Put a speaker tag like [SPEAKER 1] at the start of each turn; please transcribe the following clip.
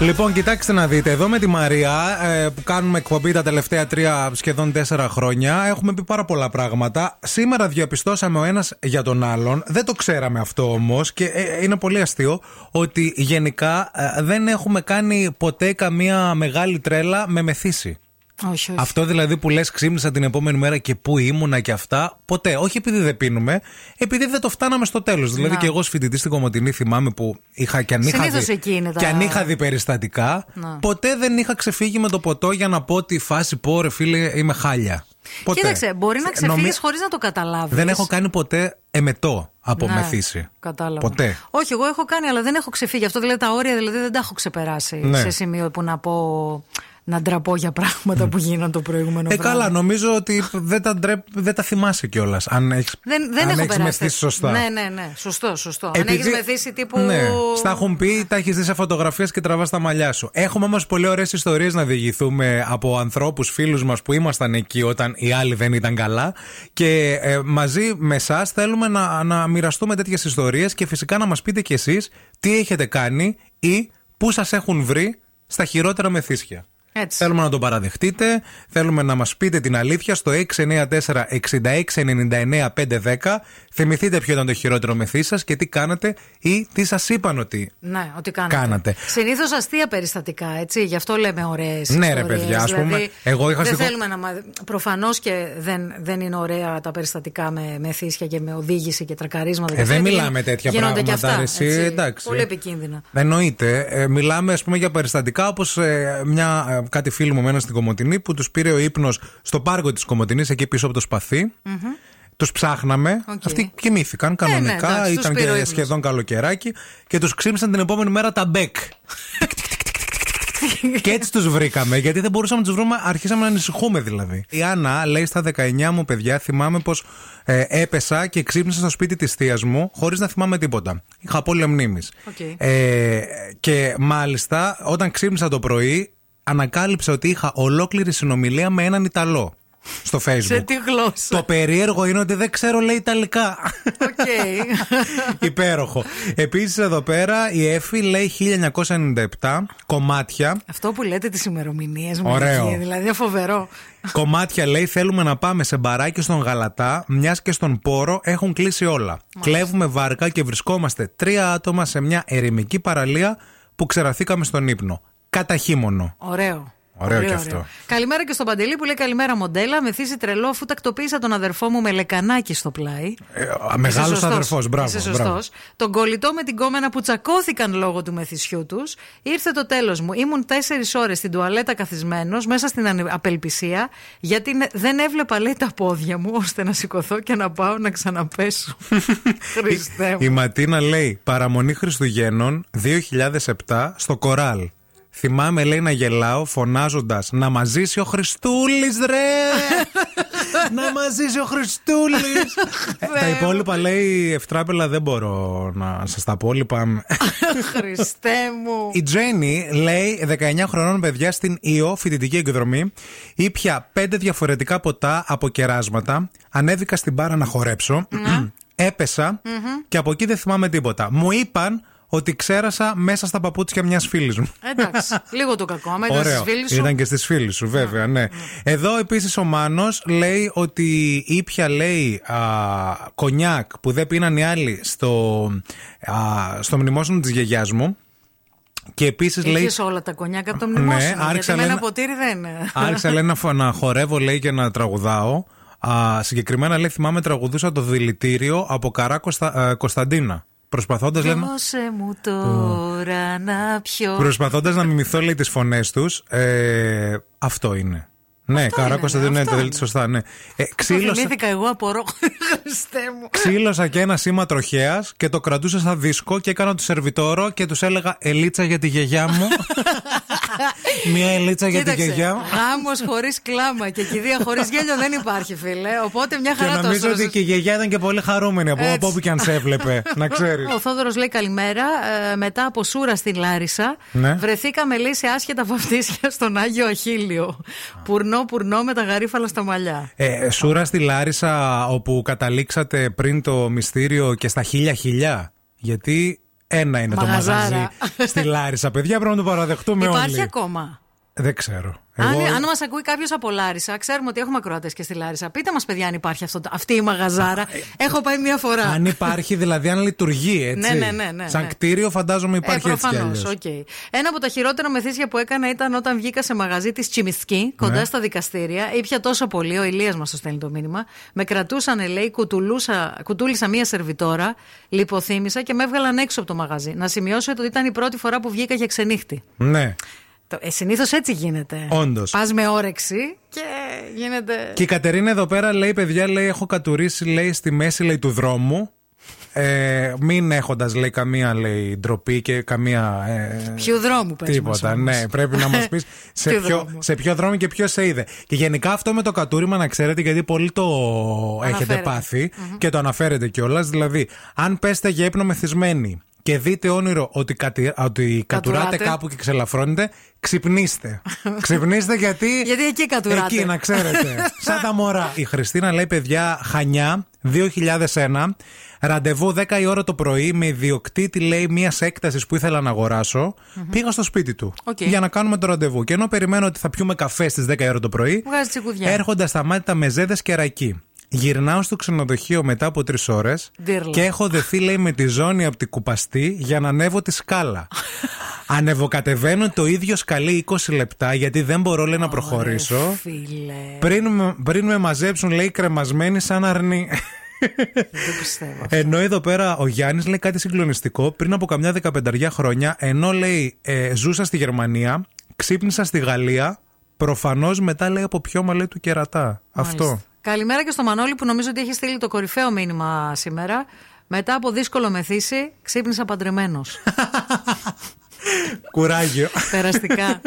[SPEAKER 1] Λοιπόν, κοιτάξτε να δείτε. Εδώ με τη Μαρία ε, που κάνουμε εκπομπή τα τελευταία τρία, σχεδόν τέσσερα χρόνια, έχουμε πει πάρα πολλά πράγματα. Σήμερα διαπιστώσαμε ο ένας για τον άλλον. Δεν το ξέραμε αυτό όμως και ε, είναι πολύ αστείο ότι γενικά ε, δεν έχουμε κάνει ποτέ καμία μεγάλη τρέλα με μεθύση.
[SPEAKER 2] Όχι, όχι.
[SPEAKER 1] Αυτό δηλαδή που λες, ξύπνησα την επόμενη μέρα και πού ήμουνα και αυτά. Ποτέ. Όχι επειδή δεν πίνουμε, επειδή δεν το φτάναμε στο τέλος. Δηλαδή
[SPEAKER 2] Να.
[SPEAKER 1] και εγώ ως φοιτητής στην Κομωτινή θυμάμαι που είχα και αν είχα
[SPEAKER 2] Συνήθως
[SPEAKER 1] δει,
[SPEAKER 2] εκεί είναι τα-
[SPEAKER 1] και αν είχα δει περιστατικά,
[SPEAKER 2] Να.
[SPEAKER 1] ποτέ δεν είχα ξεφύγει με το ποτό για να πω τη φάση πω ρε φίλε είμαι χάλια. Ποτέ.
[SPEAKER 2] Κοίταξε, μπορεί να
[SPEAKER 1] Νομι-
[SPEAKER 2] ξεφύγεις χωρίς να το καταλάβεις.
[SPEAKER 1] Δεν έχω κάνει ποτέ εμετό από
[SPEAKER 2] Ναι,
[SPEAKER 1] μεθύση.
[SPEAKER 2] Κατάλαβα.
[SPEAKER 1] Ποτέ.
[SPEAKER 2] Όχι, εγώ έχω κάνει, αλλά δεν έχω ξεφύγει. Αυτό δηλαδή τα όρια δηλαδή δεν τα έχω ξεπεράσει
[SPEAKER 1] Ναι.
[SPEAKER 2] σε σημείο που να πω. Να ντραπώ για πράγματα που γίνανε το προηγούμενο
[SPEAKER 1] Ε,
[SPEAKER 2] βράδυ.
[SPEAKER 1] καλά, νομίζω ότι δεν τα, ντρέπ- δεν τα θυμάσαι κιόλας. Αν έχεις
[SPEAKER 2] Δεν, δεν έχω περάσει.
[SPEAKER 1] μεθύσει σωστά.
[SPEAKER 2] Ναι, ναι, ναι. Σωστό, σωστό. Αν έχεις μεθύσει τύπου.
[SPEAKER 1] Ναι, στα έχουν πει, τα έχεις δει σε φωτογραφίες και τραβάς τα μαλλιά σου. Έχουμε όμως πολύ ωραίες ιστορίες να διηγηθούμε από ανθρώπους, φίλους μας που ήμασταν εκεί όταν οι άλλοι δεν ήταν καλά. Και ε, μαζί με εσάς θέλουμε να, να μοιραστούμε τέτοιες ιστορίες και φυσικά να μας πείτε κι εσείς τι έχετε κάνει ή πού σας έχουν βρει στα χειρότερα μεθύσια.
[SPEAKER 2] Έτσι.
[SPEAKER 1] Θέλουμε να τον παραδεχτείτε. Θέλουμε να μας πείτε την αλήθεια στο 694-6699-510. Θυμηθείτε ποιο ήταν το χειρότερο μεθύ σας και τι κάνατε ή τι σας είπαν ότι.
[SPEAKER 2] Ναι, ότι κάνατε.
[SPEAKER 1] Κάνατε.
[SPEAKER 2] Συνήθως αστεία περιστατικά, έτσι. Γι' αυτό λέμε ωραίες.
[SPEAKER 1] Ναι, ρε, παιδιά, ας πούμε, εγώ είχα
[SPEAKER 2] δεν
[SPEAKER 1] στη χο-
[SPEAKER 2] θέλουμε να. Προφανώς και δεν, δεν είναι ωραία τα περιστατικά με, με θύσια και με οδήγηση και τρακαρίσματα.
[SPEAKER 1] Ε,
[SPEAKER 2] και αυτά,
[SPEAKER 1] δεν
[SPEAKER 2] γιατί
[SPEAKER 1] μιλάμε
[SPEAKER 2] γίν-
[SPEAKER 1] τέτοια
[SPEAKER 2] γίνονται
[SPEAKER 1] πράγματα.
[SPEAKER 2] Και αυτά,
[SPEAKER 1] ρε, εσύ,
[SPEAKER 2] έτσι.
[SPEAKER 1] εντάξει.
[SPEAKER 2] Πολύ επικίνδυνα.
[SPEAKER 1] Εννοείται. Ε, μιλάμε, ας πούμε, για περιστατικά όπως μια ε, κάτι φίλοι μου μένα στην Κομωτινή που τους πήρε ο ύπνος στο πάρκο της Κομωτινής, εκεί πίσω από το σπαθι Τους ψάχναμε.
[SPEAKER 2] Οκ.
[SPEAKER 1] Αυτοί κοιμήθηκαν
[SPEAKER 2] ναι,
[SPEAKER 1] κανονικά.
[SPEAKER 2] εντάξει, τους
[SPEAKER 1] ήταν
[SPEAKER 2] πήρε ο
[SPEAKER 1] και
[SPEAKER 2] ύπνος.
[SPEAKER 1] σχεδόν καλοκαιράκι. Και τους ξύμψαν την επόμενη μέρα τα μπέκ. Και έτσι τους βρήκαμε, γιατί δεν μπορούσαμε να τους βρούμε, αρχίσαμε να ανησυχούμε δηλαδή. Η Άννα λέει στα 19 μου παιδιά, θυμάμαι πως έπεσα και ξύπνησα στο σπίτι της θείας μου, χωρίς να θυμάμαι τίποτα. Είχα απώλεια μνήμης.
[SPEAKER 2] Οκ.
[SPEAKER 1] Ε, και μάλιστα, όταν ξύπνησα το πρωί, ανακάλυψα ότι είχα ολόκληρη συνομιλία με έναν Ιταλό στο Facebook.
[SPEAKER 2] Σε τι γλώσσα.
[SPEAKER 1] Λοιπόν, Το περίεργο είναι ότι δεν ξέρω, λέει Ιταλικά.
[SPEAKER 2] Οκ.
[SPEAKER 1] Υπέροχο. Επίσης, εδώ πέρα η Εφη λέει 1997 κομμάτια.
[SPEAKER 2] Αυτό που λέτε τις ημερομηνίες μου.
[SPEAKER 1] Ωραίο.
[SPEAKER 2] εκεί, Δηλαδή είναι φοβερό.
[SPEAKER 1] Κομμάτια λέει θέλουμε να πάμε σε μπαράκι στον Γαλατά, μιας και στον Πόρο έχουν κλείσει όλα. Κλέβουμε βάρκα και βρισκόμαστε τρία άτομα σε μια ερημική παραλία που ξεραθήκαμε στον ύπνο. Κατά χείμωνο.
[SPEAKER 2] Ωραίο.
[SPEAKER 1] Ωραίο
[SPEAKER 2] Πολύ
[SPEAKER 1] και αυτό.
[SPEAKER 2] Καλημέρα και στον Παντελή που λέει Καλημέρα, μοντέλα. Με θύση τρελό, αφού τακτοποίησα τον αδερφό μου με λεκανάκι στο πλάι.
[SPEAKER 1] Ε,
[SPEAKER 2] Είσαι
[SPEAKER 1] Μεγάλο
[SPEAKER 2] σωστός.
[SPEAKER 1] αδερφός, μπράβο.
[SPEAKER 2] Είσαι
[SPEAKER 1] μπράβο.
[SPEAKER 2] σωστός. Τον κολλητό με την κόμενα που τσακώθηκαν λόγω του μεθυσιού τους. Ήρθε το τέλος μου. Ήμουν τέσσερις ώρες στην τουαλέτα καθισμένος, μέσα στην ανε- απελπισία, γιατί ναι- δεν έβλεπα, λέει, τα πόδια μου, ώστε να σηκωθώ και να πάω να ξαναπέσω. Χριστέ
[SPEAKER 1] Η
[SPEAKER 2] μου.
[SPEAKER 1] Ματίνα λέει παραμονή Χριστουγέννων 2007 στο Κοράλ. Θυμάμαι, λέει, να γελάω φωνάζοντας Να μαζίσει ο Χριστούλης, ρε! να μαζίσει ο Χριστούλης! τα υπόλοιπα, λέει, ευτράπελα δεν μπορώ να σας τα πω. λοιπόν». Λυπάμαι.
[SPEAKER 2] Χριστέ μου.
[SPEAKER 1] Η Τζέννη λέει 19 χρονών παιδιά στην ΙΟ φοιτητική εκδρομή. Ήπια 5 διαφορετικά ποτά από κεράσματα. Ανέβηκα στην μπάρα να χορέψω.
[SPEAKER 2] Ναι.
[SPEAKER 1] επεσα και από εκεί δεν θυμάμαι τίποτα. Μου είπαν ότι ξέρασα μέσα στα παπούτσια μιας φίλης μου.
[SPEAKER 2] Εντάξει. Λίγο το κακό. Άμα ήταν
[SPEAKER 1] Ωραίο.
[SPEAKER 2] στις φίλες σου.
[SPEAKER 1] Ήταν και στις φίλες σου, βέβαια, ναι. Εδώ επίσης ο Μάνος λέει ότι ήπια λέει α, κονιάκ που δεν πίναν οι άλλοι στο, α, στο μνημόσυνο της γιαγιάς μου. Και επίσης λέει. Ναι,
[SPEAKER 2] Είχες όλα τα κονιάκα από το μνημόσυνο.
[SPEAKER 1] άρχισα,
[SPEAKER 2] γιατί με ένα
[SPEAKER 1] λένε-
[SPEAKER 2] ποτήρι δεν.
[SPEAKER 1] Άρχισα λέει, να, φω- να χορεύω λέει και να τραγουδάω. Α, συγκεκριμένα λέει θυμάμαι τραγουδούσα το δηλητήριο από Καρά Κωνστα- ε, Κωνσταντίνα. Προσπαθώντας λέει, να-
[SPEAKER 2] Δώσε μου τώρα να πιω.
[SPEAKER 1] προσπαθώντας να μιμηθώ λέει τις φωνές τους. Ε, αυτό είναι. Ναι,
[SPEAKER 2] Αυτό
[SPEAKER 1] Καρά
[SPEAKER 2] είναι,
[SPEAKER 1] Κωνσταντίνα
[SPEAKER 2] ναι,
[SPEAKER 1] είναι
[SPEAKER 2] αυτό
[SPEAKER 1] το
[SPEAKER 2] είναι.
[SPEAKER 1] δηλητήριο. Σωστά, ναι. Ε,
[SPEAKER 2] Το
[SPEAKER 1] ξύλωσα,
[SPEAKER 2] θυμήθηκα εγώ απορώ. Χριστέ μου.
[SPEAKER 1] ξύλωσα και ένα σήμα τροχέας και το κρατούσα σαν δίσκο και έκανα το σερβιτόρο και τους έλεγα Ελίτσα για τη γιαγιά μου. Μία ελίτσα για τη γιαγιά μου.
[SPEAKER 2] Γάμος χωρίς κλάμα και κηδεία χωρίς γέλιο δεν υπάρχει, φίλε. Οπότε μια
[SPEAKER 1] Και
[SPEAKER 2] χαρά το
[SPEAKER 1] νομίζω ότι
[SPEAKER 2] έσωσες.
[SPEAKER 1] και η γιαγιά ήταν και πολύ χαρούμενη από,
[SPEAKER 2] Έτσι.
[SPEAKER 1] από όπου και αν σε έβλεπε, να ξέρεις.
[SPEAKER 2] Ο Θόδωρος λέει καλημέρα. Ε, μετά από σούρα στη Λάρισα,
[SPEAKER 1] Ναι.
[SPEAKER 2] βρεθήκαμε λέει σε άσχετα βαφτίσια στον Άγιο Αχίλιο. Πουρνό, πουρνό με τα γαρίφαλα στα μαλλιά.
[SPEAKER 1] Ε, σούρα στη Λάρισα όπου καταλήξατε πριν το μυστήριο και στα χίλια χιλιά. Γιατί Ένα είναι
[SPEAKER 2] Μαγαζάρα.
[SPEAKER 1] το μαγαζί στη Λάρισα, παιδιά. Πρέπει να το παραδεχτούμε
[SPEAKER 2] Υπάρχει
[SPEAKER 1] όλοι.
[SPEAKER 2] ακόμα.
[SPEAKER 1] Δεν ξέρω.
[SPEAKER 2] Αν, αν μας ακούει κάποιος από Λάρισα, ξέρουμε ότι έχουμε ακροατές και στη Λάρισα. Πείτε μας, παιδιά, αν υπάρχει αυτό, το- αυτή η μαγαζάρα.
[SPEAKER 1] ε,
[SPEAKER 2] Έχω πάει μία φορά.
[SPEAKER 1] αν υπάρχει, δηλαδή αν λειτουργεί έτσι.
[SPEAKER 2] Ναι, ναι, ναι, ναι,
[SPEAKER 1] Σαν
[SPEAKER 2] ναι.
[SPEAKER 1] κτίριο φαντάζομαι
[SPEAKER 2] Ε,
[SPEAKER 1] υπάρχει έτσι κι
[SPEAKER 2] προφανώς.
[SPEAKER 1] αλλιώς.
[SPEAKER 2] οκ. Ένα από τα χειρότερα μεθύσια που έκανα ήταν όταν βγήκα σε μαγαζί της Τσιμισκή, κοντά
[SPEAKER 1] Ναι.
[SPEAKER 2] στα δικαστήρια. Ήπια τόσο πολύ, ο Ηλίας μας το στέλνει το μήνυμα. Με κρατούσαν, λέει, κουτουλούσα, κουτούλησα μία σερβιτόρα, λιποθύμησα και με έβγαλαν έξω από το μαγαζί. Να σημειώσω ότι ήταν η πρώτη φορά που βγήκα για ξενύχτη.
[SPEAKER 1] Ναι.
[SPEAKER 2] Το- Ε, Συνήθως έτσι γίνεται.
[SPEAKER 1] Όντως.
[SPEAKER 2] Πας με όρεξη και γίνεται.
[SPEAKER 1] Και η Κατερίνα εδώ πέρα λέει: Παιδιά, λέει, έχω κατουρίσει λέει, στη μέση λέει, του δρόμου. Ε, μην έχοντας λέει καμία λέει, ντροπή και καμία. Ε,
[SPEAKER 2] Ποιου δρόμου πες μας
[SPEAKER 1] Τίποτα.
[SPEAKER 2] όμως.
[SPEAKER 1] Ναι, πρέπει να μας πεις σε,
[SPEAKER 2] Ποιου
[SPEAKER 1] ποιο-
[SPEAKER 2] δρόμο.
[SPEAKER 1] σε ποιο δρόμο και ποιος σε είδε. Και γενικά αυτό με το κατούριμα να ξέρετε, γιατί πολύ το έχετε
[SPEAKER 2] Αναφέρεται.
[SPEAKER 1] πάθει και το αναφέρετε κιόλας. Δηλαδή, αν πέστε για ύπνο μεθυσμένοι και δείτε όνειρο ότι, κατη- ότι κατουράτε
[SPEAKER 2] Κατουράτε.
[SPEAKER 1] κάπου και ξελαφρώνετε, ξυπνήστε. ξυπνήστε γιατί.
[SPEAKER 2] Γιατί εκεί κατουράτε.
[SPEAKER 1] Εκεί, να ξέρετε. Σαν τα μωρά. Η Χριστίνα λέει, παιδιά, Χανιά, 2001. Ραντεβού 10 η ώρα το πρωί με ιδιοκτήτη, λέει, μιας έκτασης που ήθελα να αγορασω Πήγα στο σπίτι του
[SPEAKER 2] Οκ.
[SPEAKER 1] για να κάνουμε το ραντεβού. Και ενώ περιμένω ότι θα πιούμε καφέ στις 10 η ώρα το πρωί,
[SPEAKER 2] Βγάζει τσιγουδιά.
[SPEAKER 1] έρχονται στα μάτια τα μεζέδε και ρακί. Γυρνάω στο ξενοδοχείο μετά από τρεις ώρες
[SPEAKER 2] Ντύρλα.
[SPEAKER 1] και έχω δεθεί, λέει, με τη ζώνη από την κουπαστή για να ανέβω τη σκάλα. Ανεβοκατεβαίνω το ίδιο σκαλί 20 λεπτά γιατί δεν μπορώ, λέει, να προχωρήσω.
[SPEAKER 2] Ρε Φίλε.
[SPEAKER 1] Πριν, με- πριν με Ε. μαζέψουν, λέει, κρεμασμένοι σαν αρνί.
[SPEAKER 2] Δεν πιστεύω.
[SPEAKER 1] Ενώ εδώ πέρα ο Γιάννης λέει κάτι συγκλονιστικό. Πριν από καμιά δεκαπενταριά χρόνια, ενώ λέει ε, ζούσα στη Γερμανία, ξύπνησα στη Γαλλία, προφανώς μετά λέει από πιώμα λέει του κερατά. Αυτό.
[SPEAKER 2] Μάλιστα. Καλημέρα και στο Μανώλη που νομίζω ότι έχεις στείλει το κορυφαίο μήνυμα σήμερα. Μετά από δύσκολο μεθύσι, ξύπνησα παντρεμένος.
[SPEAKER 1] Κουράγιο.
[SPEAKER 2] Περαστικά.